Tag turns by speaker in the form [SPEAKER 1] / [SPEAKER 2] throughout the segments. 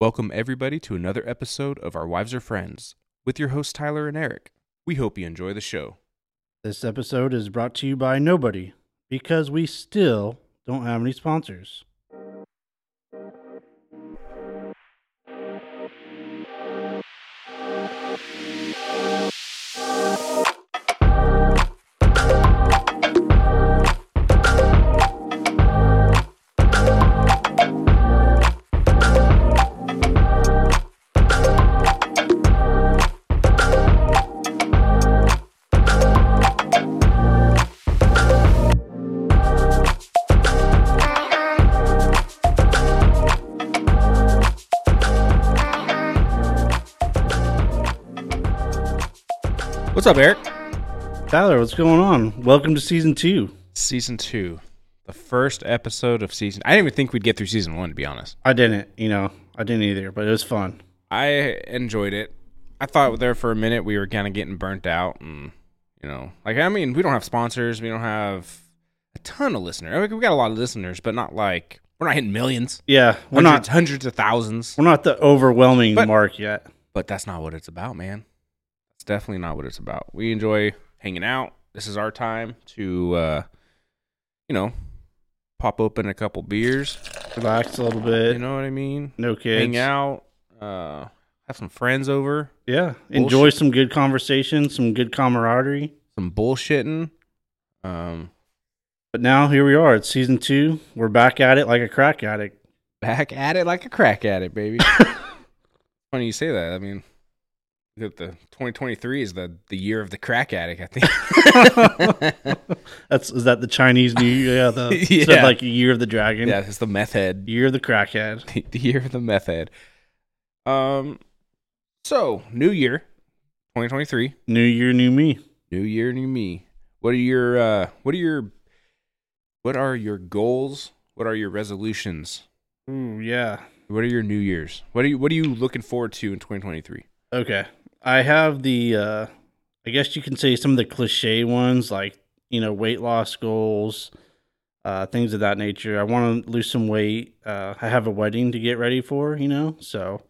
[SPEAKER 1] Welcome, everybody, to another episode of Our Wives Are Friends with your hosts, Tyler and Eric. We hope you enjoy the show.
[SPEAKER 2] This episode is brought to you by nobody because we still don't have any sponsors.
[SPEAKER 1] What's up, Eric?
[SPEAKER 2] Tyler, what's going on? Welcome to season two.
[SPEAKER 1] Season two, the first episode of season. I didn't even think we'd get through season one, to be honest.
[SPEAKER 2] I didn't, you know, I didn't either, but it was fun.
[SPEAKER 1] I enjoyed it. I thought there for a minute we were kind of getting burnt out, and you know, like I mean, we don't have sponsors, we don't have a ton of listeners. I mean, we got a lot of listeners, but not like we're not hitting millions,
[SPEAKER 2] Yeah, we're
[SPEAKER 1] hundreds,
[SPEAKER 2] not
[SPEAKER 1] hundreds of thousands.
[SPEAKER 2] we're not the overwhelming
[SPEAKER 1] But-
[SPEAKER 2] mark yet.
[SPEAKER 1] But that's not what it's about, man. That's definitely not what it's about. We enjoy hanging out. This is our time to, uh, you know, pop open a couple beers.
[SPEAKER 2] Relax a little bit.
[SPEAKER 1] You know what I mean?
[SPEAKER 2] no kids.
[SPEAKER 1] Hang out. Uh, have some friends over.
[SPEAKER 2] Yeah, enjoy some good conversation, some good camaraderie.
[SPEAKER 1] Some bullshitting. Um,
[SPEAKER 2] But now here we are. It's season two. We're back at it like a crack addict.
[SPEAKER 1] back at it like a crack at it, baby. Funny you say that. I mean, that the 2023 is the the year of the crack addict. I think.
[SPEAKER 2] That's is that the Chinese New Year? Yeah, the
[SPEAKER 1] Yeah.
[SPEAKER 2] said like year of the dragon,
[SPEAKER 1] yeah, it's the meth head.
[SPEAKER 2] year of the crackhead.
[SPEAKER 1] the, the year of the meth head. Um, so new year, 2023,
[SPEAKER 2] New year, new me.
[SPEAKER 1] new year, new me. What are your uh, what are your what are your goals? What are your resolutions?
[SPEAKER 2] Ooh, yeah.
[SPEAKER 1] What are your new years? What are you what are you looking forward to in 2023?
[SPEAKER 2] Okay. I have the uh I guess you can say some of the cliche ones like, you know, weight loss goals, uh things of that nature. I want to lose some weight. Uh I have a wedding to get ready for, you know. So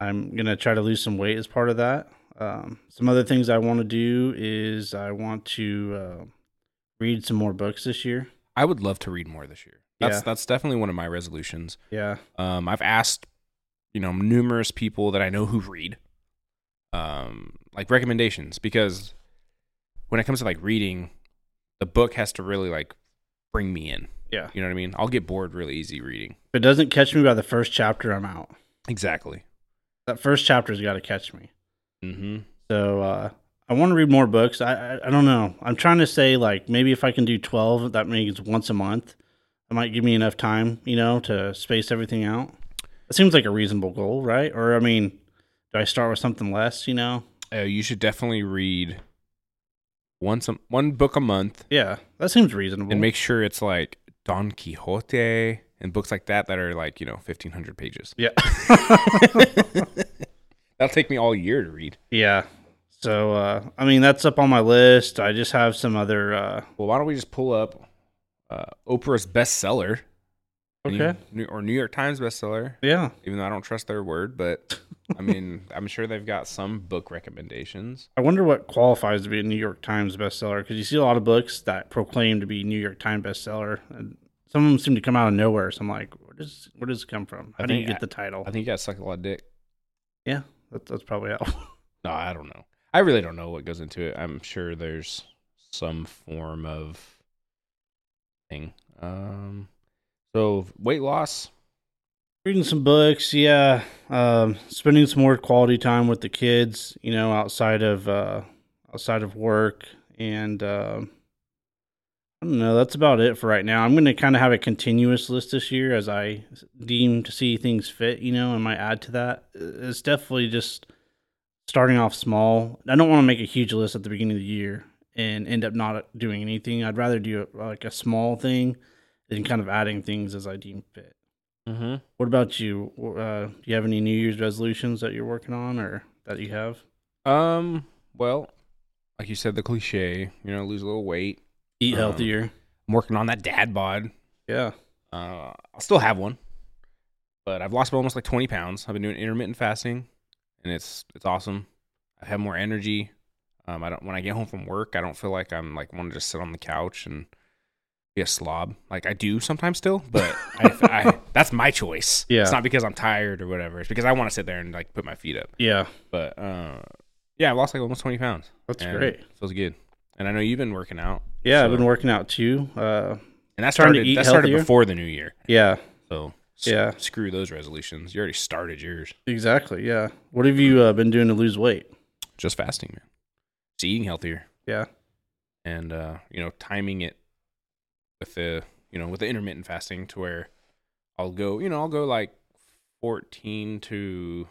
[SPEAKER 2] I'm going to try to lose some weight as part of that. Um some other things I want to do is I want to uh, read some more books this year.
[SPEAKER 1] I would love to read more this year. That's
[SPEAKER 2] Yeah.
[SPEAKER 1] that's definitely one of my resolutions.
[SPEAKER 2] Yeah.
[SPEAKER 1] Um, I've asked, you know, numerous people that I know who read, um, like recommendations because when it comes to like reading, the book has to really like bring me in.
[SPEAKER 2] Yeah.
[SPEAKER 1] You know what I mean? I'll get bored really easy reading.
[SPEAKER 2] If it doesn't catch me by the first chapter, I'm out.
[SPEAKER 1] Exactly.
[SPEAKER 2] That first chapter's got to catch me.
[SPEAKER 1] Mm-hmm.
[SPEAKER 2] So uh, I want to read more books. I, I I don't know. I'm trying to say like maybe if I can do twelve, that means once a month. That might give me enough time, you know, to space everything out. That seems like a reasonable goal, right? Or I mean, do I start with something less? You know?
[SPEAKER 1] Uh, you should definitely read once a, one book a month
[SPEAKER 2] Yeah, that seems reasonable.
[SPEAKER 1] and make sure it's like Don Quixote and books like that that are like you know 1500 pages.
[SPEAKER 2] yeah,
[SPEAKER 1] That'll take me all year to read.
[SPEAKER 2] yeah. So uh, I mean, that's up on my list. I just have some other. Uh,
[SPEAKER 1] Well, why don't we just pull up uh, Oprah's bestseller?
[SPEAKER 2] okay.
[SPEAKER 1] New, or New York Times bestseller,
[SPEAKER 2] Yeah.
[SPEAKER 1] even though I don't trust their word, but I mean, I'm sure they've got some book recommendations.
[SPEAKER 2] I wonder what qualifies to be a New York Times bestseller because you see a lot of books that proclaim to be New York Times bestseller, and some of them seem to come out of nowhere. So I'm like, where does where does it come from?
[SPEAKER 1] I
[SPEAKER 2] How do you
[SPEAKER 1] think
[SPEAKER 2] get
[SPEAKER 1] I-
[SPEAKER 2] the title?
[SPEAKER 1] I think you got sucked a lot of dick.
[SPEAKER 2] yeah, that, that's probably how.
[SPEAKER 1] No, I don't know. I really don't know what goes into it. I'm sure there's some form of thing. Um, so weight loss.
[SPEAKER 2] Reading some books, yeah. Um, spending some more quality time with the kids, you know, outside of uh, outside of work, and um, I don't know. That's about it for right now. I'm going to kind of have a continuous list this year as I deem to see things fit. You know, and might add to that. It's definitely just starting off small. I don't want to make a huge list at the beginning of the year and end up not doing anything. I'd rather do like a small thing than kind of adding things as I deem fit.
[SPEAKER 1] Mm-hmm.
[SPEAKER 2] What about you? Uh, do you have any New Year's resolutions that you're working on or that you have?
[SPEAKER 1] Um, well, like you said, the cliche, you know, lose a little weight.
[SPEAKER 2] Eat
[SPEAKER 1] Um,
[SPEAKER 2] healthier.
[SPEAKER 1] I'm working on that dad bod.
[SPEAKER 2] Yeah.
[SPEAKER 1] Uh, I'll still have one. but I've lost almost like 20 pounds. I've been doing intermittent fasting, and it's it's awesome. I have more energy. Um, I don't when I get home from work, I don't feel like I'm like want to just sit on the couch and be a slob. Like I do sometimes still, but I, I, that's my choice.
[SPEAKER 2] Yeah.
[SPEAKER 1] it's not because I'm tired or whatever. It's because I want to sit there and like put my feet up.
[SPEAKER 2] Yeah,
[SPEAKER 1] But uh, yeah, I lost like almost 20 pounds.
[SPEAKER 2] that's
[SPEAKER 1] and
[SPEAKER 2] great.
[SPEAKER 1] Feels good. And I know you've been working out,
[SPEAKER 2] Yeah, I've
[SPEAKER 1] so-
[SPEAKER 2] been working out too. Uh,
[SPEAKER 1] and that
[SPEAKER 2] Starting to
[SPEAKER 1] started
[SPEAKER 2] eat
[SPEAKER 1] that started
[SPEAKER 2] healthier?
[SPEAKER 1] before the new year.
[SPEAKER 2] yeah,
[SPEAKER 1] So s-
[SPEAKER 2] Yeah.
[SPEAKER 1] screw those resolutions. You already started yours.
[SPEAKER 2] exactly. Yeah. What have you uh, been doing to lose weight?
[SPEAKER 1] Just fasting, man. Just eating healthier.
[SPEAKER 2] Yeah.
[SPEAKER 1] and uh, you know timing it with the you know with the intermittent fasting to where I'll go you know I'll go like 14 to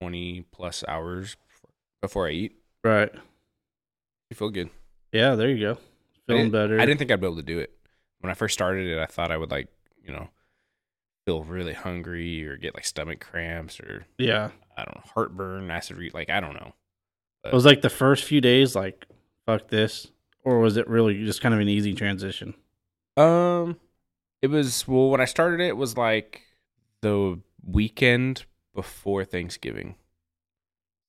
[SPEAKER 1] 20 plus hours before I eat.
[SPEAKER 2] Right.
[SPEAKER 1] You feel good.
[SPEAKER 2] Yeah, there you go. Feeling
[SPEAKER 1] didn't-
[SPEAKER 2] better.
[SPEAKER 1] I didn't think I'd be able to do it when I first started it. I thought I would like you know feel really hungry or get like stomach cramps or
[SPEAKER 2] Yeah.
[SPEAKER 1] I don't know heartburn, acid reflux. Like I don't know. Uh,
[SPEAKER 2] It was like the first few days, like, fuck this. Or was it really just kind of an easy transition?
[SPEAKER 1] Um, it was well when I started it was like the weekend before Thanksgiving.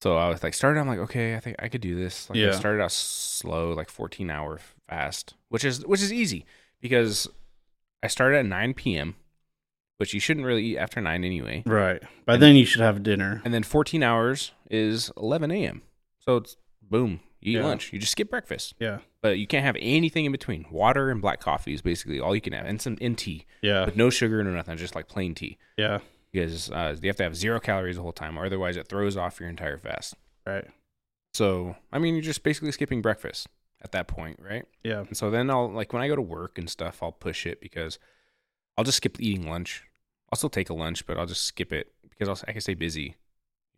[SPEAKER 1] So I was like started. I'm like, okay, I think I could do this. Like
[SPEAKER 2] Yeah.
[SPEAKER 1] I started out slow, like 14 hour fast, which is which is easy because I started at 9 p.m., which you shouldn't really eat after nine anyway.
[SPEAKER 2] Right. By then you should have dinner.
[SPEAKER 1] And then 14 hours is 11 a.m. So it's boom, you eat
[SPEAKER 2] Yeah.
[SPEAKER 1] lunch. You just skip breakfast,
[SPEAKER 2] Yeah.
[SPEAKER 1] but you can't have anything in between. Water and black coffee is basically all you can have, and some and tea
[SPEAKER 2] Yeah.
[SPEAKER 1] with no sugar, no nothing, just like plain tea.
[SPEAKER 2] Yeah.
[SPEAKER 1] Because uh, you have to have zero calories the whole time, or otherwise it throws off your entire fast.
[SPEAKER 2] Right.
[SPEAKER 1] So, I mean, you're just basically skipping breakfast at that point, right?
[SPEAKER 2] Yeah.
[SPEAKER 1] And so then I'll, like, when I go to work and stuff, I'll push it because I'll just skip eating lunch. I'll still take a lunch, but I'll just skip it because I'll, I can stay busy,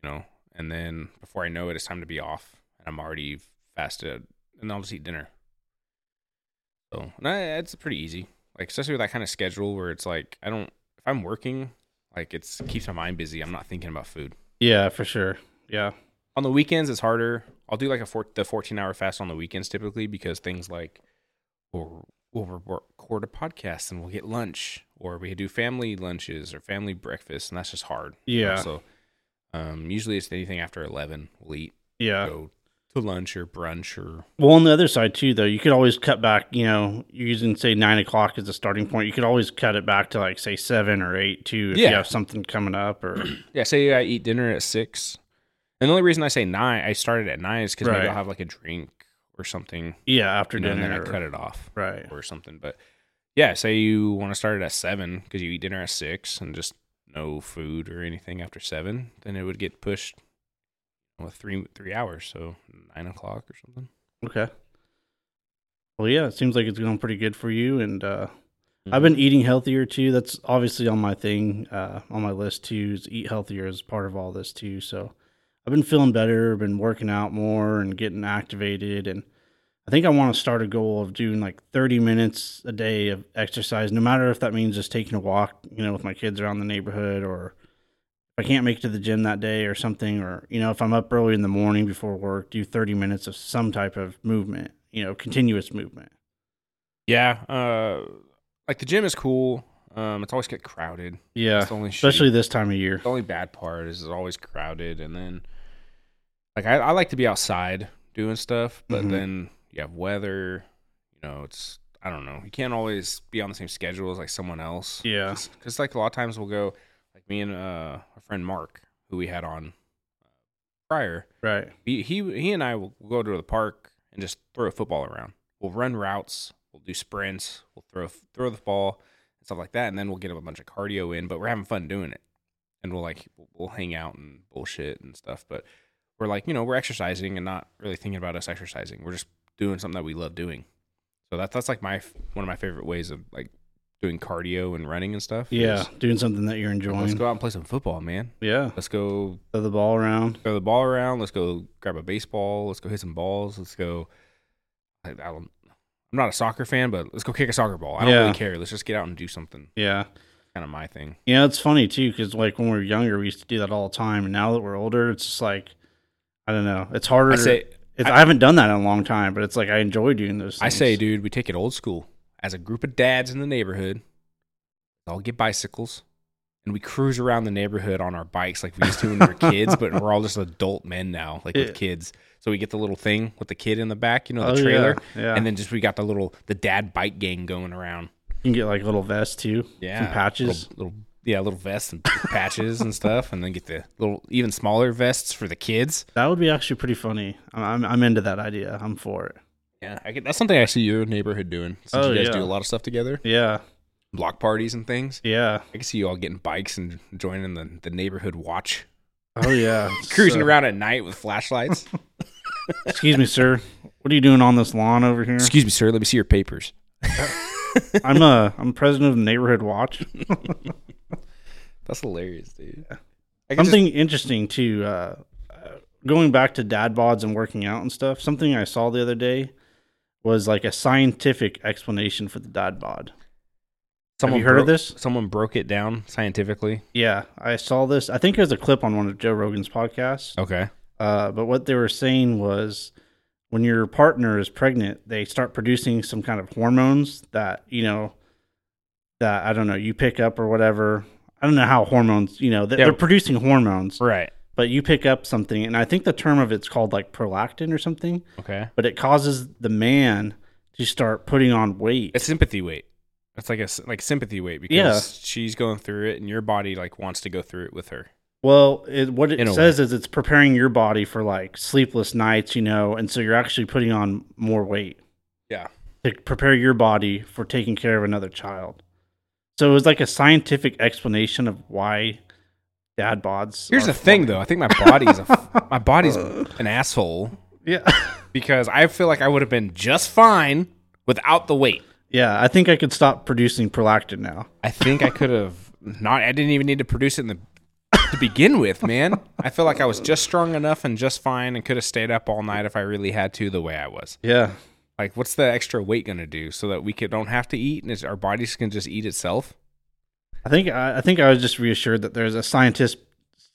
[SPEAKER 1] you know? And then before I know it, it's time to be off, and I'm already fasted, and I'll just eat dinner. So, and I, it's pretty easy, like, especially with that kind of schedule where it's like, I don't, if I'm working, like, it's keeps my mind busy. I'm not thinking about food
[SPEAKER 2] Yeah, for sure. Yeah.
[SPEAKER 1] on the weekends it's harder i'll do like a four, the 14 hour fast on the weekends typically because things like we'll, we'll record a podcast and we'll get lunch or we do family lunches or family breakfast and that's just hard you know?
[SPEAKER 2] Yeah.
[SPEAKER 1] so um, usually it's anything after 11 we'll eat
[SPEAKER 2] Yeah.
[SPEAKER 1] go to lunch or brunch or
[SPEAKER 2] Well, on the other side too, though, you could always cut back. You know, you're using say nine o'clock as a starting point. You could always cut it back to like say seven or eight too if
[SPEAKER 1] Yeah.
[SPEAKER 2] you have something coming up or
[SPEAKER 1] yeah say i eat dinner at six and the only reason i say nine i started at nine is because maybe
[SPEAKER 2] Right.
[SPEAKER 1] i'll have like a drink or something
[SPEAKER 2] yeah after
[SPEAKER 1] you know, and
[SPEAKER 2] dinner.
[SPEAKER 1] then i
[SPEAKER 2] or-
[SPEAKER 1] cut it off
[SPEAKER 2] Right.
[SPEAKER 1] or something. But yeah, say you want to start it at seven because you eat dinner at six and just no food or anything after seven, then it would get pushed with three three hours, so nine o'clock or something.
[SPEAKER 2] Okay. Well, yeah, it seems like it's going pretty good for you, and uh, I've been eating healthier too. That's obviously on my thing, uh, on my list too. Is eat healthier as part of all this too. So I've been feeling better, been working out more, and getting activated. And I think I want to start a goal of doing like 30 minutes a day of exercise, no matter if that means just taking a walk, you know, with my kids around the neighborhood, or if I can't make it to the gym that day or something, or you know, if I'm up early in the morning before work, do 30 minutes of some type of movement, you know, continuous movement.
[SPEAKER 1] yeah, uh, like the gym is cool. Um, it's always get crowded.
[SPEAKER 2] Yeah,
[SPEAKER 1] It's the only shitty
[SPEAKER 2] especially this time of year.
[SPEAKER 1] The only bad part is it's always crowded, and then like I, I like to be outside doing stuff, but
[SPEAKER 2] Mhm.
[SPEAKER 1] then you have weather. You know, it's I don't know. You can't always be on the same schedule as like someone else.
[SPEAKER 2] Yeah.
[SPEAKER 1] because like a lot of times we'll go like me and uh, our friend Mark, who we had on uh, prior.
[SPEAKER 2] Right.
[SPEAKER 1] He he, he and I will go to the park and just throw a football around. We'll run routes. We'll do sprints. We'll throw throw the ball and stuff like that, and then we'll get a bunch of cardio in. But we're having fun doing it, and we'll like we'll, we'll hang out and bullshit and stuff. But we're like you know we're exercising and not really thinking about us exercising. We're just doing something that we love doing. So that's that's like my f- one of my favorite ways of like doing cardio and running and stuff. is,
[SPEAKER 2] Yeah, doing something that you're
[SPEAKER 1] Let's
[SPEAKER 2] enjoying.
[SPEAKER 1] go out and play some football, man.
[SPEAKER 2] Yeah,
[SPEAKER 1] Let's go
[SPEAKER 2] throw the ball around.
[SPEAKER 1] throw the ball around. Let's go grab a baseball. Let's go hit some balls. Let's go. I, I don't. I'm not a soccer fan, but let's go kick a soccer ball. I don't
[SPEAKER 2] Yeah.
[SPEAKER 1] really care. Let's just get out and do something.
[SPEAKER 2] Yeah,
[SPEAKER 1] Kind of my thing.
[SPEAKER 2] you know it's funny too because like when we were younger, we used to do that all the time, and now that we're older, it's just like I don't know. It's harder.
[SPEAKER 1] I say,
[SPEAKER 2] it's, I, haven't done that in a long time, but it's like I enjoy doing those. Things.
[SPEAKER 1] I say, dude, we take it old school as a group of dads in the neighborhood. All get bicycles. and we cruise around the neighborhood on our bikes like we used to when we were kids, but we're all just adult men now, like
[SPEAKER 2] Yeah.
[SPEAKER 1] with kids. So we get the little thing with the kid in the back, you know,
[SPEAKER 2] Oh,
[SPEAKER 1] the trailer,
[SPEAKER 2] Yeah. yeah.
[SPEAKER 1] and then just we got the little the dad bike gang going around.
[SPEAKER 2] you can get like little vests too.
[SPEAKER 1] Yeah,
[SPEAKER 2] Some patches.
[SPEAKER 1] little, little yeah, little vests and patches and stuff, and then get the little even smaller vests for the kids.
[SPEAKER 2] That would be actually pretty funny. I'm, I'm, I'm into that idea. I'm for it.
[SPEAKER 1] Yeah, I get, that's something I see your neighborhood doing. Since
[SPEAKER 2] Oh,
[SPEAKER 1] you guys
[SPEAKER 2] yeah.
[SPEAKER 1] do a lot of stuff together,
[SPEAKER 2] Yeah.
[SPEAKER 1] block parties and things.
[SPEAKER 2] Yeah.
[SPEAKER 1] I can see you all getting bikes and joining the, the neighborhood watch,
[SPEAKER 2] Oh, yeah.
[SPEAKER 1] cruising
[SPEAKER 2] So-
[SPEAKER 1] around at night with flashlights.
[SPEAKER 2] Excuse me, sir. What are you doing on this lawn over here?
[SPEAKER 1] Excuse me, sir. Let me see your papers.
[SPEAKER 2] I'm uh I'm president of the neighborhood watch.
[SPEAKER 1] That's hilarious, dude. I can
[SPEAKER 2] Something interesting too. Uh, uh, going back to dad bods and working out and stuff. Something I saw the other day was like a scientific explanation for the dad bod.
[SPEAKER 1] just- someone
[SPEAKER 2] Have you heard of
[SPEAKER 1] broke-
[SPEAKER 2] this?
[SPEAKER 1] Someone broke it down scientifically.
[SPEAKER 2] Yeah, I saw this. I think it was a clip on one of Joe Rogan's podcasts.
[SPEAKER 1] Okay.
[SPEAKER 2] Uh, but what they were saying was when your partner is pregnant, they start producing some kind of hormones that, you know, that I don't know, you pick up or whatever. I don't know how hormones, you know, they-
[SPEAKER 1] Yeah.
[SPEAKER 2] they're producing hormones,
[SPEAKER 1] Right.
[SPEAKER 2] but you pick up something. And I think the term of it's called like prolactin or something,
[SPEAKER 1] Okay.
[SPEAKER 2] but it causes the man to start putting on weight.
[SPEAKER 1] It's sympathy weight. It's like a s- like sympathy weight because
[SPEAKER 2] Yeah.
[SPEAKER 1] she's going through it, and your body like wants to go through it with her.
[SPEAKER 2] Well, it, what it
[SPEAKER 1] In a
[SPEAKER 2] says is it's preparing your body for like sleepless nights, you know, and so you're actually putting on more weight.
[SPEAKER 1] Yeah.
[SPEAKER 2] To prepare your body for taking care of another child. So it was like a scientific explanation of why dad bods.
[SPEAKER 1] Here's
[SPEAKER 2] are
[SPEAKER 1] the thing, though. I think my body's a f- my body's an asshole
[SPEAKER 2] fun. Yeah.
[SPEAKER 1] because I feel like I would have been just fine without the weight.
[SPEAKER 2] yeah. I think I could stop producing prolactin now.
[SPEAKER 1] I think I could have not. I didn't even need to produce it in the to begin with, man. I feel like I was just strong enough and just fine, and could have stayed up all night if I really had to, the way I was.
[SPEAKER 2] Yeah.
[SPEAKER 1] Like, what's the extra weight gonna do so that we could, don't have to eat and it's, our bodies can just eat itself?
[SPEAKER 2] I think I, I think I was just reassured that there's a scientist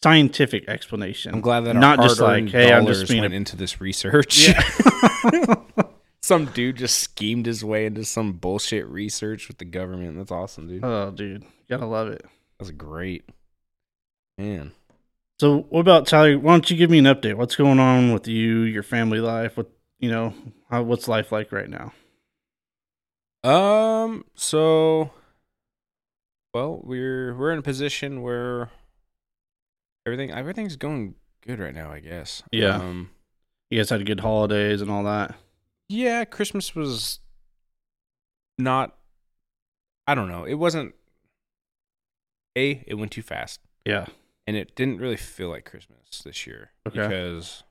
[SPEAKER 2] scientific explanation.
[SPEAKER 1] I'm glad that
[SPEAKER 2] not
[SPEAKER 1] our
[SPEAKER 2] just like
[SPEAKER 1] hard-earned
[SPEAKER 2] hey, I'm
[SPEAKER 1] dollars
[SPEAKER 2] just being a
[SPEAKER 1] went into this research. some dude just schemed his way into some bullshit research with the government. That's awesome, dude.
[SPEAKER 2] oh dude, you gotta love it.
[SPEAKER 1] That's great, man.
[SPEAKER 2] So what about Tyler? Why don't you give me an update? What's going on with you, your family life? What you know? How, what's life like right now?
[SPEAKER 1] Um. So, well, we're we're in a position where everything everything's going good right now. I guess.
[SPEAKER 2] Yeah.
[SPEAKER 1] Um.
[SPEAKER 2] You guys had good holidays and all that.
[SPEAKER 1] Yeah. Christmas was not. I don't know. It wasn't. A. It went too fast,
[SPEAKER 2] Yeah.
[SPEAKER 1] and it didn't really feel like Christmas this year
[SPEAKER 2] Okay.
[SPEAKER 1] because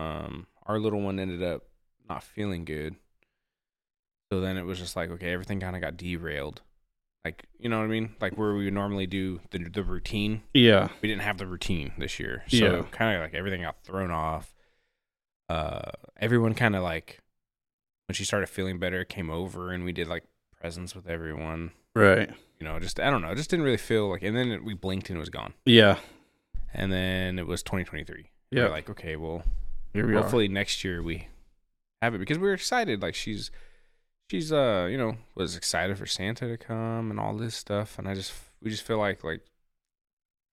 [SPEAKER 1] um our little one ended up not feeling good. So then it was just like okay, everything kind of got derailed. Like you know what I mean? Like where we would normally do the the routine,
[SPEAKER 2] Yeah.
[SPEAKER 1] we didn't have the routine this year. So
[SPEAKER 2] Yeah.
[SPEAKER 1] kind of like everything got thrown off. Uh, everyone kind of like when she started feeling better, came over and we did like presents with everyone.
[SPEAKER 2] Right.
[SPEAKER 1] You know, just I don't know, it just didn't really feel like. And then it, we blinked and it was gone.
[SPEAKER 2] Yeah.
[SPEAKER 1] And then it was 2023. We
[SPEAKER 2] Yeah.
[SPEAKER 1] We're like okay, well,
[SPEAKER 2] Here we
[SPEAKER 1] hopefully next year we have it because we were excited. Like she's she's uh you know was excited for Santa to come and all this stuff, and I just we just feel like like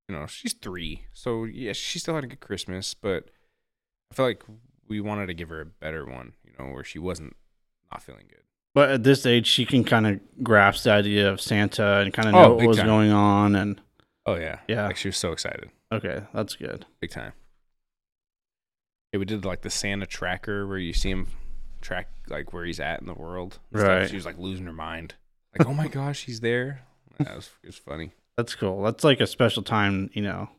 [SPEAKER 1] you know she's three, so yeah, she still had a good Christmas, but I feel like we wanted to give her a better one, you know, where she wasn't not feeling good.
[SPEAKER 2] But at this age, she can kind of grasp the idea of Santa and kind of
[SPEAKER 1] Oh,
[SPEAKER 2] know what
[SPEAKER 1] big
[SPEAKER 2] was
[SPEAKER 1] time.
[SPEAKER 2] going on. And
[SPEAKER 1] Oh yeah,
[SPEAKER 2] Yeah.
[SPEAKER 1] Like she was so excited,
[SPEAKER 2] okay, that's good.
[SPEAKER 1] big time. Yeah, we did like the Santa tracker where you see him track like where he's at in the world. and stuff.
[SPEAKER 2] Right.
[SPEAKER 1] She was like losing her mind. Like, oh my gosh, he's there. That was it was funny.
[SPEAKER 2] That's cool. That's like a special time. You know,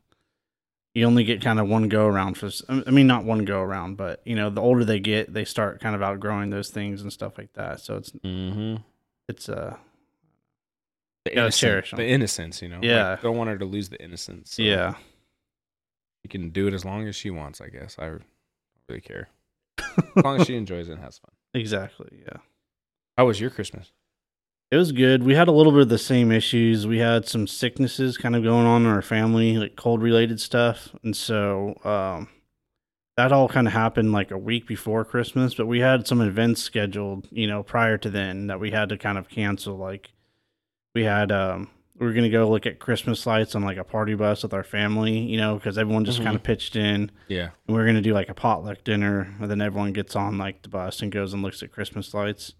[SPEAKER 2] you only get kind of one go around for. s- I mean, not one go around, but you know, the older they get, they start kind of outgrowing those things and stuff like that. So it's
[SPEAKER 1] Mm-hmm.
[SPEAKER 2] it's uh
[SPEAKER 1] The
[SPEAKER 2] Gotta cherish 'em.
[SPEAKER 1] the innocence, you know. Like,
[SPEAKER 2] Yeah.
[SPEAKER 1] don't want her to lose the innocence. so
[SPEAKER 2] yeah.
[SPEAKER 1] She can do it as long as she wants. I guess I don't really care. As long as she enjoys it and has fun.
[SPEAKER 2] Exactly. Yeah.
[SPEAKER 1] How was your Christmas?
[SPEAKER 2] It was good. We had a little bit of the same issues. We had some sicknesses kind of going on in our family, like cold related stuff. And so um, that all kind of happened like a week before Christmas, but we had some events scheduled, you know, prior to then that we had to kind of cancel. Like we had, um, we were gonna go look at Christmas lights on like a party bus with our family, you know, because everyone just
[SPEAKER 1] Mhm.
[SPEAKER 2] kind of pitched in,
[SPEAKER 1] Yeah.
[SPEAKER 2] and we were gonna do like a potluck dinner, and then everyone gets on like the bus and goes and looks at Christmas lights.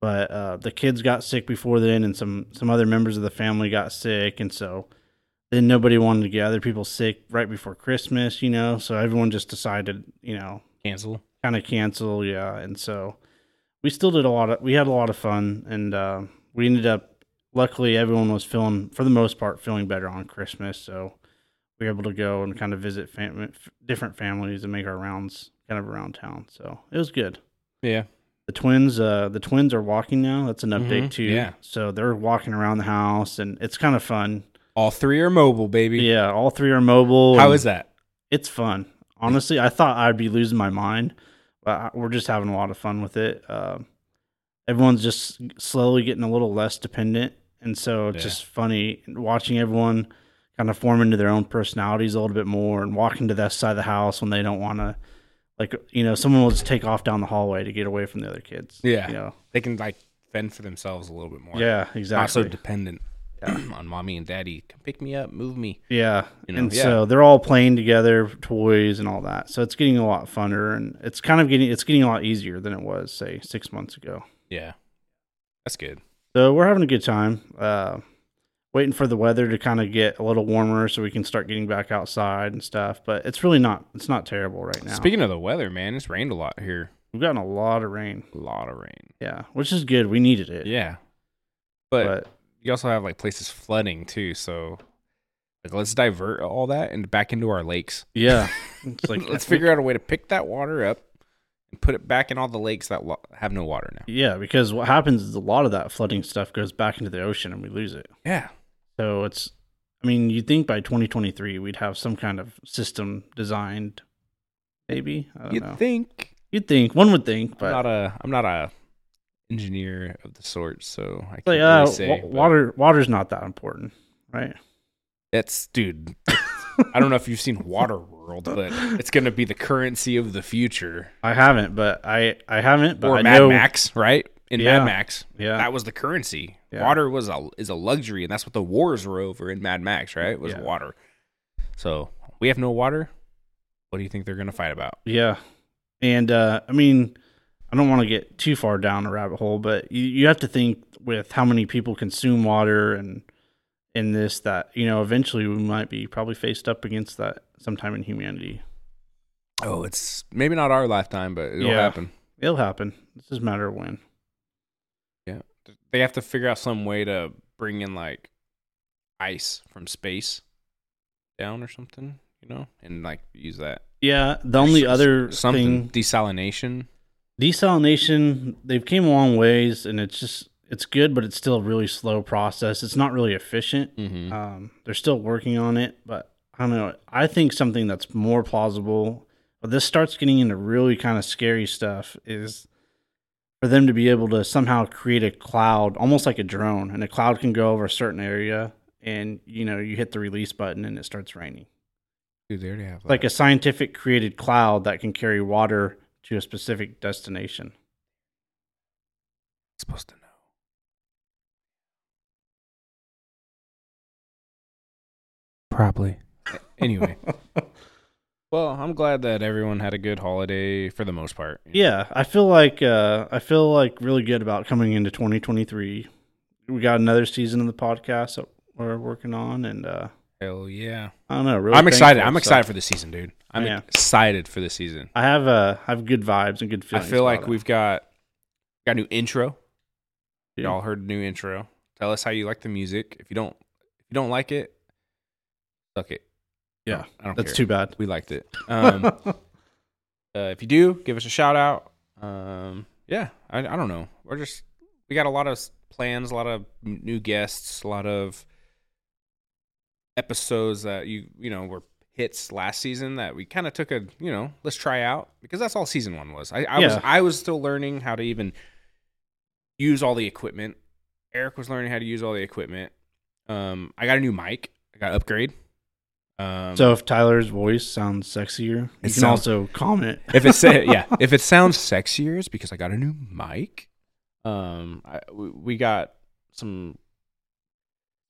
[SPEAKER 2] But uh, the kids got sick before then, and some some other members of the family got sick, and so then nobody wanted to get other people sick right before Christmas, you know. So everyone just decided, you know,
[SPEAKER 1] Cancel.
[SPEAKER 2] kind of cancel yeah and so we still did a lot of we had a lot of fun and uh, we ended up luckily everyone was feeling for the most part feeling better on christmas so we were able to go and kind of visit fam- f- different families and make our rounds kind of around town so it was good
[SPEAKER 1] Yeah.
[SPEAKER 2] the twins uh the twins are walking now that's an update
[SPEAKER 1] Mhm,
[SPEAKER 2] too
[SPEAKER 1] yeah.
[SPEAKER 2] so they're walking around the house and it's kind of fun
[SPEAKER 1] All three are mobile, baby.
[SPEAKER 2] yeah all three are mobile
[SPEAKER 1] How
[SPEAKER 2] and-
[SPEAKER 1] is that?
[SPEAKER 2] it's fun. Honestly, I thought I'd be losing my mind, but I- we're just having a lot of fun with it. Um, everyone's just slowly getting a little less dependent, and so it's
[SPEAKER 1] Yeah.
[SPEAKER 2] just funny watching everyone kind of form into their own personalities a little bit more and walking to that side of the house when they don't want to. Like you know, someone will just take off down the hallway to get away from the other kids.
[SPEAKER 1] Yeah.
[SPEAKER 2] you know?
[SPEAKER 1] They can like fend for themselves a little bit more.
[SPEAKER 2] yeah,
[SPEAKER 1] Not so
[SPEAKER 2] exactly.
[SPEAKER 1] dependent on mommy and daddy. Come pick me up, move me.
[SPEAKER 2] Yeah.
[SPEAKER 1] You know,
[SPEAKER 2] and
[SPEAKER 1] yeah.
[SPEAKER 2] so they're all playing together, toys and all that. So it's getting a lot funner and it's kind of getting it's getting a lot easier than it was, say, six months ago.
[SPEAKER 1] Yeah. That's good.
[SPEAKER 2] So we're having a good time. Uh waiting for the weather to kind of get a little warmer so we can start getting back outside and stuff. But it's really not it's not terrible right now.
[SPEAKER 1] Speaking of the weather, man, it's rained a lot here.
[SPEAKER 2] We've gotten a lot of rain.
[SPEAKER 1] A lot of rain.
[SPEAKER 2] Yeah. Which is good. We needed it.
[SPEAKER 1] Yeah.
[SPEAKER 2] But,
[SPEAKER 1] But, you also have like places flooding too, so like let's divert all that and back into our lakes.
[SPEAKER 2] yeah. It's like
[SPEAKER 1] let's figure out a way to pick that water up and put it back in all the lakes that lo- have no water now.
[SPEAKER 2] Yeah, because what happens is a lot of that flooding stuff goes back into the ocean and we lose it.
[SPEAKER 1] Yeah.
[SPEAKER 2] So it's, I mean, you'd think by 2023 we'd have some kind of system designed, maybe. I don't
[SPEAKER 1] You
[SPEAKER 2] know.
[SPEAKER 1] think
[SPEAKER 2] you'd think, one would think,
[SPEAKER 1] I'm
[SPEAKER 2] but
[SPEAKER 1] not a I'm not a engineer of the sort, so I can't
[SPEAKER 2] it's like,
[SPEAKER 1] really
[SPEAKER 2] uh,
[SPEAKER 1] say.
[SPEAKER 2] wa-
[SPEAKER 1] but
[SPEAKER 2] water, water's not that important, right?
[SPEAKER 1] That's dude. I don't know if you've seen Water World, but it's gonna be the currency of the future.
[SPEAKER 2] I haven't, but I, I haven't, but
[SPEAKER 1] or
[SPEAKER 2] I
[SPEAKER 1] Mad
[SPEAKER 2] know,
[SPEAKER 1] Max, right? In
[SPEAKER 2] Yeah.
[SPEAKER 1] Mad Max,
[SPEAKER 2] yeah,
[SPEAKER 1] that was the currency.
[SPEAKER 2] Yeah.
[SPEAKER 1] Water was a is a luxury, and that's what the wars were over in Mad Max, right? Was
[SPEAKER 2] Yeah.
[SPEAKER 1] water. So we have no water. What do you think they're gonna fight about?
[SPEAKER 2] yeah, and uh, I mean, I don't want to get too far down a rabbit hole, but you, you have to think with how many people consume water and in this that you know eventually we might be probably faced up against that sometime in humanity
[SPEAKER 1] Oh, it's maybe not our lifetime, but it'll
[SPEAKER 2] Yeah.
[SPEAKER 1] happen.
[SPEAKER 2] It'll happen. It's just a matter of when.
[SPEAKER 1] They have to figure out some way to bring in like ice from space down or something, you know, and like use that.
[SPEAKER 2] Yeah. The only
[SPEAKER 1] S-
[SPEAKER 2] other
[SPEAKER 1] something
[SPEAKER 2] thing,
[SPEAKER 1] desalination.
[SPEAKER 2] desalination, they've came a long ways, and it's just it's good, but it's still a really slow process. It's not really efficient.
[SPEAKER 1] Mm-hmm.
[SPEAKER 2] Um, they're still working on it, but I don't know. I think something that's more plausible. But this starts getting into really kind of scary stuff. Is for them to be able to somehow create a cloud, almost like a drone, and a cloud can go over a certain area, and you know you hit the release button and it starts raining.
[SPEAKER 1] Dude, they already have
[SPEAKER 2] like a scientific created cloud that can carry water to a specific destination.
[SPEAKER 1] supposed to know. Probably. Anyway. well, I'm glad that everyone had a good holiday for the most part.
[SPEAKER 2] Yeah, I feel like uh, I feel like really good about coming into 2023. We got another season of the podcast that we're working on, and uh,
[SPEAKER 1] Hell yeah.
[SPEAKER 2] I don't know. Really,
[SPEAKER 1] I'm excited.
[SPEAKER 2] thankful.
[SPEAKER 1] I'm
[SPEAKER 2] So,
[SPEAKER 1] excited for the season, dude. I'm
[SPEAKER 2] Yeah.
[SPEAKER 1] excited for the season.
[SPEAKER 2] I have uh, I have good vibes and good
[SPEAKER 1] I
[SPEAKER 2] feelings.
[SPEAKER 1] feel like
[SPEAKER 2] about it.
[SPEAKER 1] we've got got a new intro.
[SPEAKER 2] Yeah.
[SPEAKER 1] Y'all heard the new intro. Tell us how you like the music. If you don't if you don't like it, suck it.
[SPEAKER 2] Yeah,
[SPEAKER 1] I don't
[SPEAKER 2] that's
[SPEAKER 1] care.
[SPEAKER 2] too bad.
[SPEAKER 1] we liked it. Um, uh, if you do, give us a shout out. Um, yeah, I, I don't know. We're just we got a lot of s- plans, a lot of n- new guests, a lot of episodes that you you know were hits last season that we kind of took a you know let's try out because that's all season one was. I, I was
[SPEAKER 2] Yeah.
[SPEAKER 1] I was still learning how to even use all the equipment. Eric was learning how to use all the equipment. Um, I got a new mic. I got upgrade. Um,
[SPEAKER 2] So if Tyler's voice sounds sexier, you can
[SPEAKER 1] sounds-
[SPEAKER 2] also comment.
[SPEAKER 1] if it sa- yeah, if it sounds sexier, it's because I got a new mic. Um, I, we, we got some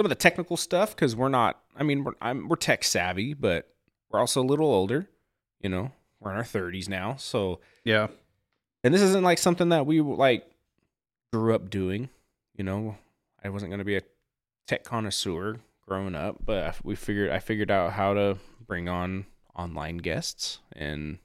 [SPEAKER 1] some of the technical stuff because we're not. I mean, we're I'm, we're tech savvy, but we're also a little older. You know, we're in our thirties now, so
[SPEAKER 2] Yeah.
[SPEAKER 1] and this isn't like something that we like grew up doing. You know, I wasn't going to be a tech connoisseur growing up, but I- we figured I figured out how to bring on online guests, and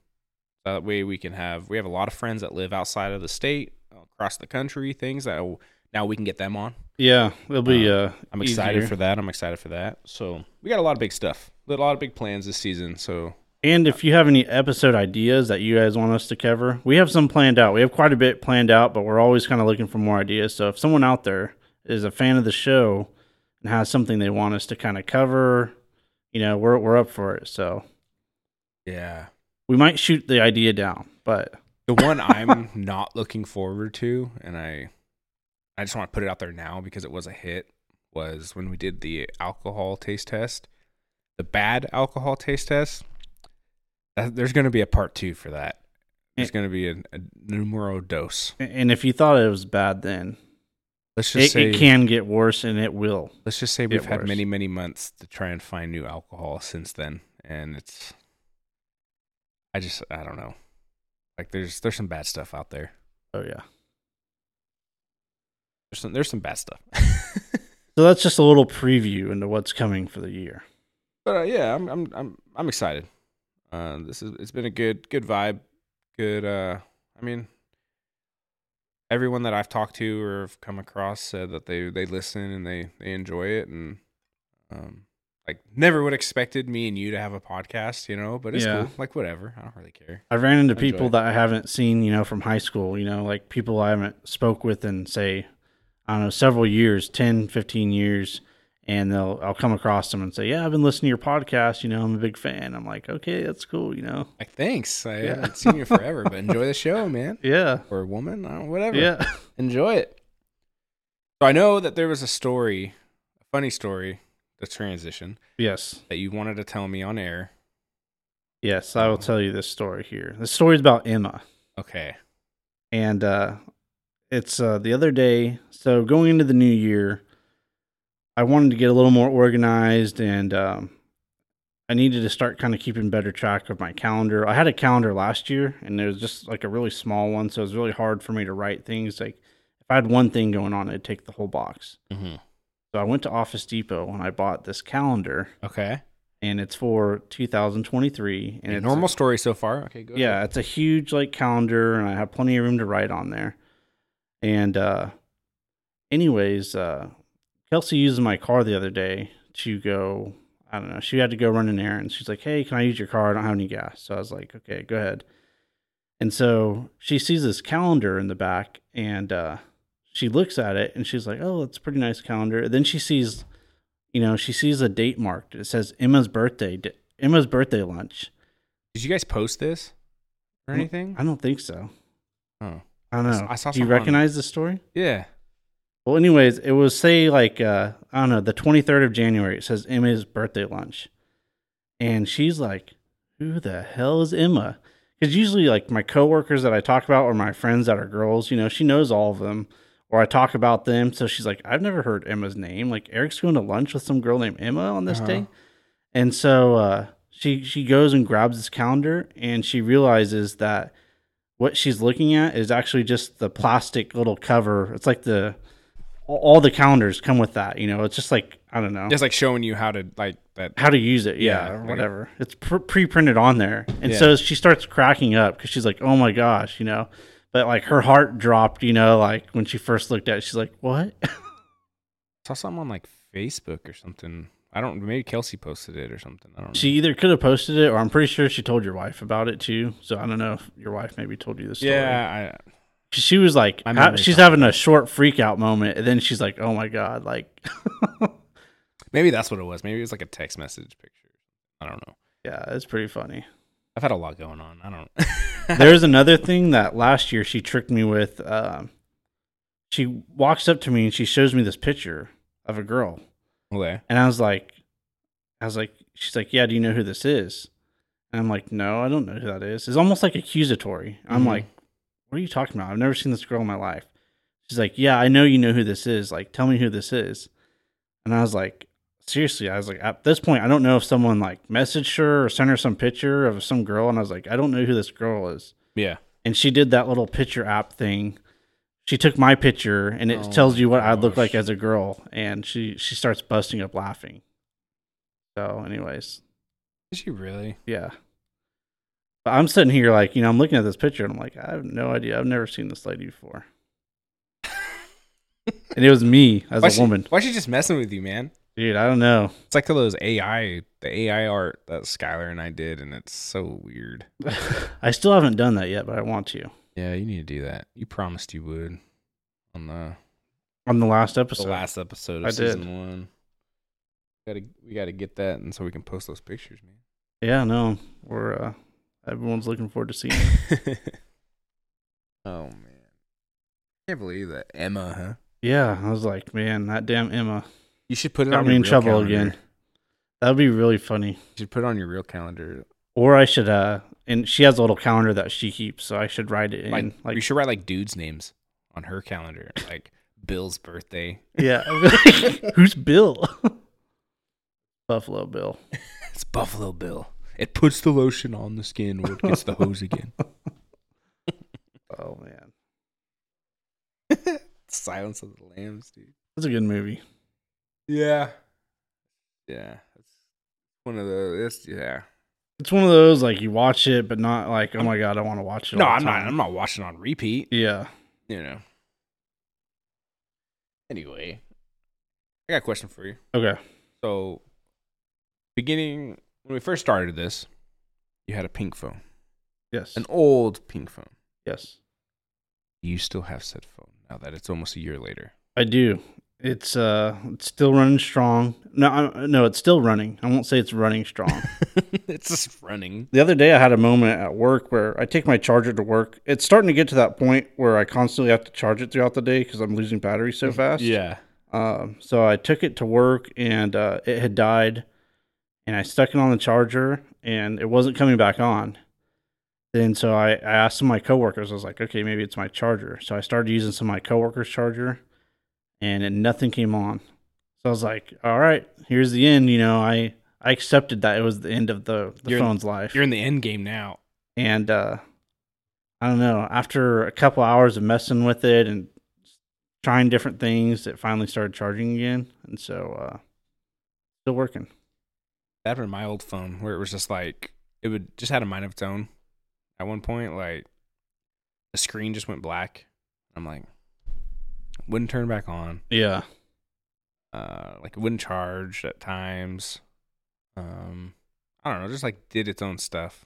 [SPEAKER 1] that way we can have we have a lot of friends that live outside of the state, across the country, things that now we can get them on.
[SPEAKER 2] Yeah. It'll be. Uh,
[SPEAKER 1] Um, I'm excited
[SPEAKER 2] easier.
[SPEAKER 1] for that. I'm excited for that. So we got a lot of big stuff, a lot of big plans this season. So
[SPEAKER 2] And if you have any episode ideas that you guys want us to cover, we have some planned out. We have quite a bit planned out, but we're always kind of looking for more ideas. So if someone out there is a fan of the show and has something they want us to kind of cover, you know, we're we're up for it. So
[SPEAKER 1] yeah,
[SPEAKER 2] we might shoot the idea down, but
[SPEAKER 1] The one I'm not looking forward to, and I, I just want to put it out there now because it was a hit, was when we did the alcohol taste test, the bad alcohol taste test. That, there's going to be a part two for that. There's going to be a, a numero dos.
[SPEAKER 2] and if you thought it was bad, then
[SPEAKER 1] Let's just
[SPEAKER 2] it,
[SPEAKER 1] say
[SPEAKER 2] it can get worse, and it will.
[SPEAKER 1] let's just say we've
[SPEAKER 2] get
[SPEAKER 1] had
[SPEAKER 2] worse.
[SPEAKER 1] many many months to try and find new alcohol since then, and it's. I just I don't know, like there's there's some bad stuff out there.
[SPEAKER 2] Oh yeah.
[SPEAKER 1] There's some there's some bad stuff.
[SPEAKER 2] So that's just a little preview into what's coming for the year.
[SPEAKER 1] but uh, yeah, I'm I'm I'm I'm excited. Uh, this is it's been a good good vibe, good. Uh, I mean, everyone that I've talked to or have come across said that they they listen and they they enjoy it and um like never would expected me and you to have a podcast, you know. But it's
[SPEAKER 2] Yeah.
[SPEAKER 1] cool, like whatever. I don't really care.
[SPEAKER 2] I ran into
[SPEAKER 1] Enjoy
[SPEAKER 2] people
[SPEAKER 1] it.
[SPEAKER 2] that I haven't seen, you know, from high school, you know, like people I haven't spoke with in say, I don't know, several years, 10, 15 years, and they'll I'll come across them and say, "Yeah, I've been listening to your podcast, you know, I'm a big fan." I'm like, "Okay, that's cool, you know."
[SPEAKER 1] Like thanks, I
[SPEAKER 2] Yeah.
[SPEAKER 1] haven't seen you forever, but enjoy the show, man,
[SPEAKER 2] Yeah.
[SPEAKER 1] or woman, I don't, whatever.
[SPEAKER 2] Yeah.
[SPEAKER 1] enjoy it. So I know that there was a story, a funny story, the transition.
[SPEAKER 2] yes.
[SPEAKER 1] that you wanted to tell me on air.
[SPEAKER 2] Yes, I will tell you this story here. The story's about Emma.
[SPEAKER 1] Okay.
[SPEAKER 2] and uh it's uh the other day so going into the new year i wanted to get a little more organized and um i needed to start kind of keeping better track of my calendar i had a calendar last year and it was just like a really small one so it was really hard for me to write things like if i had one thing going on it'd take the whole box
[SPEAKER 1] Mm-hmm.
[SPEAKER 2] so i went to office depot and i bought this calendar
[SPEAKER 1] Okay.
[SPEAKER 2] and it's for 2023 and
[SPEAKER 1] a
[SPEAKER 2] it's
[SPEAKER 1] normal story so far. Okay. Go
[SPEAKER 2] yeah, it's a huge like calendar, and I have plenty of room to write on there. And uh, anyways, uh, Kelsey used my car the other day to go. I don't know. She had to go run an errand. She's like, "Hey, can I use your car? I don't have any gas." So I was like, "Okay, go ahead." And so she sees this calendar in the back, and uh, she looks at it, and she's like, "Oh, that's a pretty nice calendar." then she sees, you know, she sees a date marked. It says Emma's birthday. Emma's birthday lunch.
[SPEAKER 1] Did you guys post this or anything?
[SPEAKER 2] Mm, I don't think so.
[SPEAKER 1] Oh.
[SPEAKER 2] I don't
[SPEAKER 1] I s-
[SPEAKER 2] know.
[SPEAKER 1] I saw
[SPEAKER 2] Do
[SPEAKER 1] something
[SPEAKER 2] you
[SPEAKER 1] on-
[SPEAKER 2] recognize the story?
[SPEAKER 1] Yeah.
[SPEAKER 2] Well, anyways, it was say like uh, I don't know, the twenty third of January. It says Emma's birthday lunch, and she's like, "Who the hell is Emma?" Because usually, like my coworkers that I talk about or my friends that are girls, you know, she knows all of them, or I talk about them. So she's like, "I've never heard Emma's name." Like Eric's going to lunch with some girl named Emma on this
[SPEAKER 1] Uh-huh.
[SPEAKER 2] day, and so uh, she she goes and grabs this calendar, and she realizes that what she's looking at is actually just the plastic little cover. It's like the all- all the calendars come with that, you know. It's just like I don't know
[SPEAKER 1] Just like showing you how to like that.
[SPEAKER 2] how to use it, yeah,
[SPEAKER 1] Yeah,
[SPEAKER 2] or
[SPEAKER 1] like a-
[SPEAKER 2] whatever. It's pr- pre-printed on there, and
[SPEAKER 1] Yeah.
[SPEAKER 2] so she starts cracking up because she's like, "Oh my gosh," you know. But like her heart dropped, you know, like when she first looked at, it, she's like, "What?"
[SPEAKER 1] saw something on like Facebook or something. I don't. Maybe Kelsey posted it or something. I don't know.
[SPEAKER 2] she either could have posted it, or I'm pretty sure she told your wife about it too. So I don't know if your wife maybe told you this. story.
[SPEAKER 1] Yeah. I,
[SPEAKER 2] she was like
[SPEAKER 1] My
[SPEAKER 2] ha-
[SPEAKER 1] memory's
[SPEAKER 2] she's
[SPEAKER 1] not
[SPEAKER 2] having a short freak out moment and then she's like oh my god like
[SPEAKER 1] maybe that's what it was. Maybe it was like a text message picture. I don't know.
[SPEAKER 2] yeah it's pretty funny
[SPEAKER 1] I've had a lot going on. I don't.
[SPEAKER 2] there's another thing that last year she tricked me with um, she walks up to me and she shows me this picture of a girl
[SPEAKER 1] okay.
[SPEAKER 2] and i was like i was like she's like yeah do you know who this is and i'm like no i don't know who that is it's almost like accusatory i'm
[SPEAKER 1] Mhm.
[SPEAKER 2] like what are you talking about i've never seen this girl in my life she's like yeah i know you know who this is like tell me who this is And I was like, seriously, I was like, at this point, I don't know if someone like messaged her or sent her some picture of some girl. And I was like, I don't know who this girl is.
[SPEAKER 1] Yeah.
[SPEAKER 2] And she did that little picture app thing. She took my picture and it
[SPEAKER 1] Oh
[SPEAKER 2] tells
[SPEAKER 1] my
[SPEAKER 2] you what I look
[SPEAKER 1] gosh.
[SPEAKER 2] like as a girl. And she, she starts busting up laughing. So, anyways,
[SPEAKER 1] Is she really?
[SPEAKER 2] yeah. But I'm sitting here like, you know, I'm looking at this picture and I'm like, I have no idea. I've never seen this lady before. and it was me as
[SPEAKER 1] why
[SPEAKER 2] a woman.
[SPEAKER 1] She, why is she just messing with you, man?
[SPEAKER 2] Dude, I don't know.
[SPEAKER 1] It's like those AI, the AI art that Skylar and I did, and it's so weird.
[SPEAKER 2] I still haven't done that yet, but I want to.
[SPEAKER 1] Yeah, you need to do that. You promised you would on the,
[SPEAKER 2] On the last
[SPEAKER 1] the
[SPEAKER 2] episode.
[SPEAKER 1] last episode of
[SPEAKER 2] I did.
[SPEAKER 1] season one. Gotta, we got to get that, and so we can post those pictures,
[SPEAKER 2] Yeah, no. We're uh everyone's looking forward to seeing it.
[SPEAKER 1] man. oh man, can't believe that Emma, huh?
[SPEAKER 2] Yeah, I was like, man, that damn Emma
[SPEAKER 1] You should put it
[SPEAKER 2] got
[SPEAKER 1] on
[SPEAKER 2] me
[SPEAKER 1] your
[SPEAKER 2] in
[SPEAKER 1] real
[SPEAKER 2] trouble
[SPEAKER 1] calendar.
[SPEAKER 2] again. That'd be really funny.
[SPEAKER 1] You should put it on your real calendar.
[SPEAKER 2] Or I should uh and she has a little calendar that she keeps, so I should write it in.
[SPEAKER 1] Like,
[SPEAKER 2] Like,
[SPEAKER 1] you should write like dudes' names on her calendar, like Bill's birthday.
[SPEAKER 2] yeah. Who's Bill? Buffalo Bill.
[SPEAKER 1] It's Buffalo Bill. It puts the lotion on the skin where it gets the hose again.
[SPEAKER 2] Oh man.
[SPEAKER 1] Silence of the Lambs, dude.
[SPEAKER 2] That's a good movie.
[SPEAKER 1] Yeah. Yeah. It's one of the it's yeah.
[SPEAKER 2] It's one of those like you watch it but not like, oh my god, I want to watch it.
[SPEAKER 1] No,
[SPEAKER 2] all the
[SPEAKER 1] I'm not
[SPEAKER 2] time.
[SPEAKER 1] I'm not watching on repeat,
[SPEAKER 2] Yeah.
[SPEAKER 1] you know. Anyway, I got a question for you.
[SPEAKER 2] Okay.
[SPEAKER 1] So beginning when we first started this, you had a pink phone.
[SPEAKER 2] Yes.
[SPEAKER 1] An old pink phone.
[SPEAKER 2] yes.
[SPEAKER 1] You still have said phone now that it's almost a year later.
[SPEAKER 2] I do. It's uh, it's still running strong. No, I, no, it's still running. I won't say it's running strong.
[SPEAKER 1] it's just running.
[SPEAKER 2] the other day, I had a moment at work where I take my charger to work. It's starting to get to that point where I constantly have to charge it throughout the day because I'm losing battery so fast.
[SPEAKER 1] Mm-hmm. Yeah.
[SPEAKER 2] Um, so I took it to work and uh, it had died, and I stuck it on the charger and it wasn't coming back on. Then so I, I asked some of my coworkers. I was like, okay, maybe it's my charger. So I started using some of my coworkers' charger, and it, nothing came on. So I was like, all right, here's the end. You know, I I accepted that it was the end of the, the
[SPEAKER 1] You're-
[SPEAKER 2] phone's life.
[SPEAKER 1] You're in the end game now.
[SPEAKER 2] And uh, I don't know. After a couple hours of messing with it and trying different things, it finally started charging again, and so uh, still working.
[SPEAKER 1] That happened to my old phone where it was just like it would just had a mind of its own. At one point, like the screen just went black. I'm like, wouldn't turn back on.
[SPEAKER 2] Yeah,
[SPEAKER 1] Uh, like it wouldn't charge at times. Um, I don't know. Just like did its own stuff.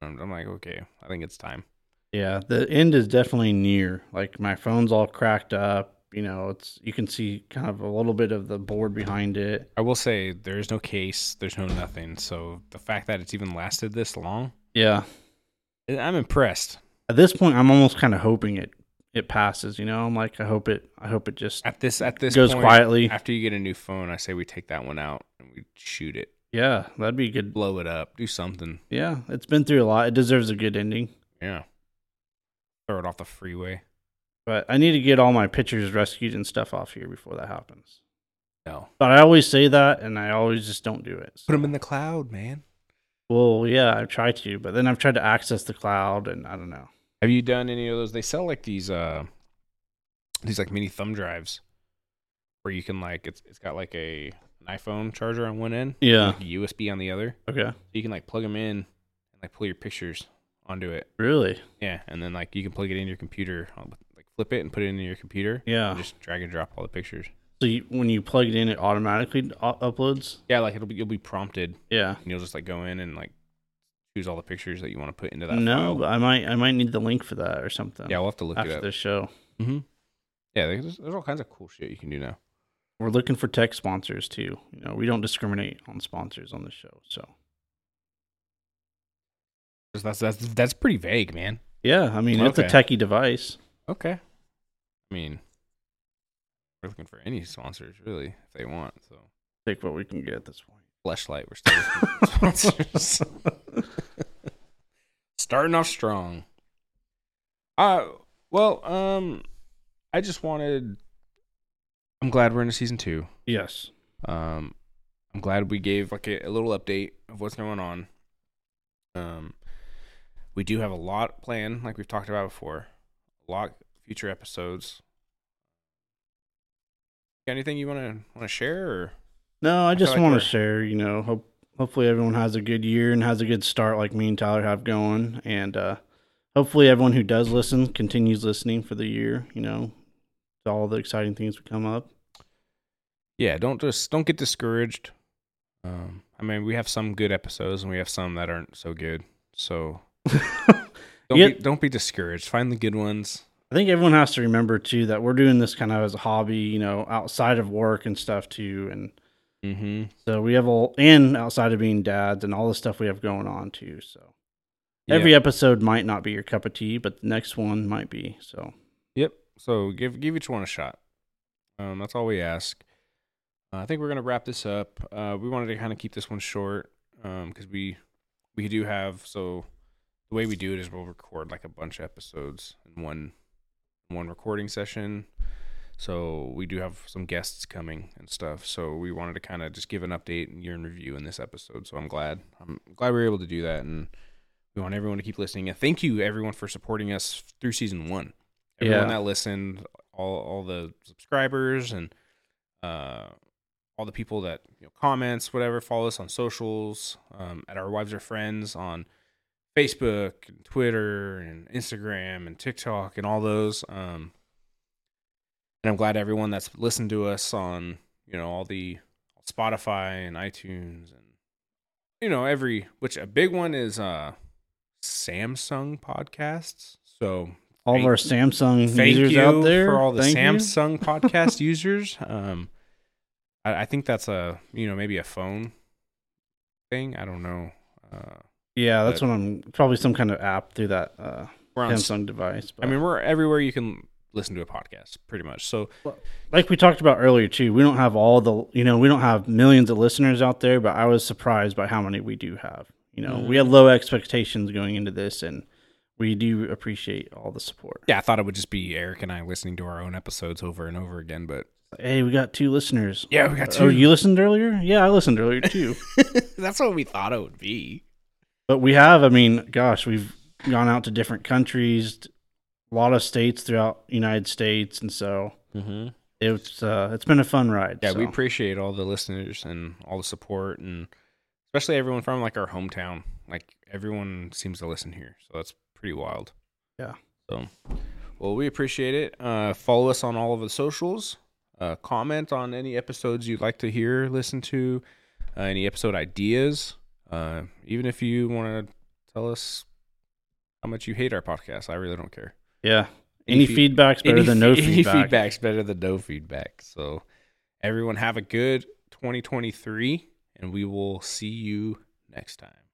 [SPEAKER 1] I'm, I'm like, okay, I think it's time.
[SPEAKER 2] yeah. The end is definitely near. Like my phone's all cracked up. You know, it's you can see kind of a little bit of the board behind it.
[SPEAKER 1] I will say there is no case, there's no nothing. So the fact that it's even lasted this long,
[SPEAKER 2] Yeah.
[SPEAKER 1] I- I'm impressed.
[SPEAKER 2] At this point, I'm almost kind of hoping it it passes. You know, I'm like, I hope it. I hope it just
[SPEAKER 1] At this, at this
[SPEAKER 2] goes
[SPEAKER 1] point,
[SPEAKER 2] quietly.
[SPEAKER 1] After you get a new phone, I say we take that one out and we shoot it.
[SPEAKER 2] yeah, that'd be good.
[SPEAKER 1] blow it up, do something.
[SPEAKER 2] Yeah, it's been through a lot. It deserves a good ending.
[SPEAKER 1] Yeah. Throw it off the freeway.
[SPEAKER 2] But I need to get all my pictures rescued and stuff off here before that happens.
[SPEAKER 1] No.
[SPEAKER 2] But I always say that, and I always just don't do it.
[SPEAKER 1] Put them in the cloud, man.
[SPEAKER 2] Well, yeah, I've tried to, but then I've tried to access the cloud, and I don't know.
[SPEAKER 1] Have you done any of those? They sell like these uh these like mini thumb drives where you can like it's it's got like a an iPhone charger on one end,
[SPEAKER 2] Yeah.
[SPEAKER 1] like a USB on the other.
[SPEAKER 2] Okay.
[SPEAKER 1] You can like plug them in and like pull your pictures onto it.
[SPEAKER 2] Really?
[SPEAKER 1] Yeah, and then like you can plug it in your computer, uh, like flip it and put it in your computer.
[SPEAKER 2] Yeah.
[SPEAKER 1] and just drag and drop all the pictures.
[SPEAKER 2] So you, when you plug it in, it automatically u- uploads.
[SPEAKER 1] Yeah, like it'll be you'll be prompted
[SPEAKER 2] Yeah.
[SPEAKER 1] and you'll just like go in and like choose all the pictures that you want to put into that.
[SPEAKER 2] No,
[SPEAKER 1] file.
[SPEAKER 2] but I might I might need the link for that or something.
[SPEAKER 1] yeah, we'll have to look it
[SPEAKER 2] after
[SPEAKER 1] up.
[SPEAKER 2] the show,
[SPEAKER 1] hmm Yeah, there's, there's all kinds of cool shit you can do now.
[SPEAKER 2] we're looking for tech sponsors too. You know, we don't discriminate on sponsors on the show. So
[SPEAKER 1] That's that's that's pretty vague, man.
[SPEAKER 2] yeah, I mean it's a
[SPEAKER 1] Okay.
[SPEAKER 2] techie device.
[SPEAKER 1] Okay, I mean, we're looking for any sponsors really if they want. So,
[SPEAKER 2] Take what we can get at this point.
[SPEAKER 1] Fleshlight, we're still looking for sponsors. Starting off strong. Uh, well, um, I just wanted. I'm glad we're into season two.
[SPEAKER 2] Yes.
[SPEAKER 1] Um, I'm glad we gave like a, a little update of what's going on. Um, we do have a lot planned, like we've talked about before. A lot of future episodes. Got anything you want to want to share? Or?
[SPEAKER 2] No,
[SPEAKER 1] I
[SPEAKER 2] I
[SPEAKER 1] feel
[SPEAKER 2] just
[SPEAKER 1] like
[SPEAKER 2] want
[SPEAKER 1] we're-
[SPEAKER 2] to share. You know, hope hopefully everyone has a good year and has a good start, like me and Tyler have going, and uh, hopefully everyone who does listen continues listening for the year. You know, to all the exciting things that come up.
[SPEAKER 1] Yeah, don't just don't get discouraged. Um, I mean, we have some good episodes and we have some that aren't so good. So don't
[SPEAKER 2] Yeah.
[SPEAKER 1] be, don't be discouraged. Find the good ones.
[SPEAKER 2] I think everyone has to remember too that we're doing this kind of as a hobby, you know, outside of work and stuff too, and
[SPEAKER 1] Mm-hmm.
[SPEAKER 2] so we have all and outside of being dads and all the stuff we have going on too. So every episode might not be your cup of tea, but the next one might be. So.
[SPEAKER 1] Yep. So give give each one a shot. Um, that's all we ask. Uh, I think we're gonna wrap this up. Uh, we wanted to kind of keep this one short because we we do have so the way we do it is we'll record like a bunch of episodes in one one recording session. So we do have some guests coming and stuff. So we wanted to kind of just give an update and year in review in this episode. So I'm glad I'm glad we were able to do that, and we want everyone to keep listening. And thank you everyone for supporting us through season one everyone
[SPEAKER 2] Yeah.
[SPEAKER 1] that listened, all all the subscribers and uh, all the people that you know, comments, whatever, follow us on socials um, at our wives or friends on Facebook and Twitter and Instagram and TikTok and all those. Um, and I'm glad everyone that's listened to us on you know all the Spotify and iTunes and you know every which a big one is uh Samsung podcasts. So
[SPEAKER 2] all
[SPEAKER 1] Thank-
[SPEAKER 2] of our Samsung
[SPEAKER 1] thank
[SPEAKER 2] users
[SPEAKER 1] you
[SPEAKER 2] out there
[SPEAKER 1] for all the
[SPEAKER 2] thank you.
[SPEAKER 1] Samsung podcast users. Um, I, I think that's a you know maybe a phone thing. I don't know. Uh,
[SPEAKER 2] Yeah, that's
[SPEAKER 1] but-
[SPEAKER 2] what I'm probably some kind of app through that uh,
[SPEAKER 1] we're on. s-
[SPEAKER 2] Samsung device. But
[SPEAKER 1] I mean, we're everywhere you can listen to a podcast, pretty much. So
[SPEAKER 2] like we talked about earlier too, we don't have all the you know we don't have millions of listeners out there, but I was surprised by how many we do have. You know, we
[SPEAKER 1] Mm.
[SPEAKER 2] had low expectations going into this, and we do appreciate all the support.
[SPEAKER 1] yeah, I thought it would just be Eric and I listening to our own episodes over and over again, but
[SPEAKER 2] Hey, we got two listeners.
[SPEAKER 1] yeah, we got
[SPEAKER 2] Oh, you listened earlier? Yeah, I listened earlier too.
[SPEAKER 1] that's what we thought it would be.
[SPEAKER 2] But we have, I mean, gosh, we've gone out to different countries, a lot of states throughout the United States, and so
[SPEAKER 1] Mm-hmm.
[SPEAKER 2] it's uh, it's been a fun ride.
[SPEAKER 1] Yeah, we
[SPEAKER 2] so.
[SPEAKER 1] appreciate all the listeners and all the support, and especially everyone from like our hometown. Like everyone seems to listen here, so that's pretty wild.
[SPEAKER 2] Yeah.
[SPEAKER 1] So, well, we appreciate it. Uh, follow us on all of the socials. Uh, comment on any episodes you'd like to hear, listen to, uh, any episode ideas. Uh, even if you want to tell us how much you hate our podcast, I really don't care.
[SPEAKER 2] yeah. Any
[SPEAKER 1] feed-
[SPEAKER 2] feedback's better
[SPEAKER 1] any
[SPEAKER 2] than no
[SPEAKER 1] fe- any
[SPEAKER 2] feedback.
[SPEAKER 1] feedback's better than no feedback. So everyone have a good 2023 and we will see you next time.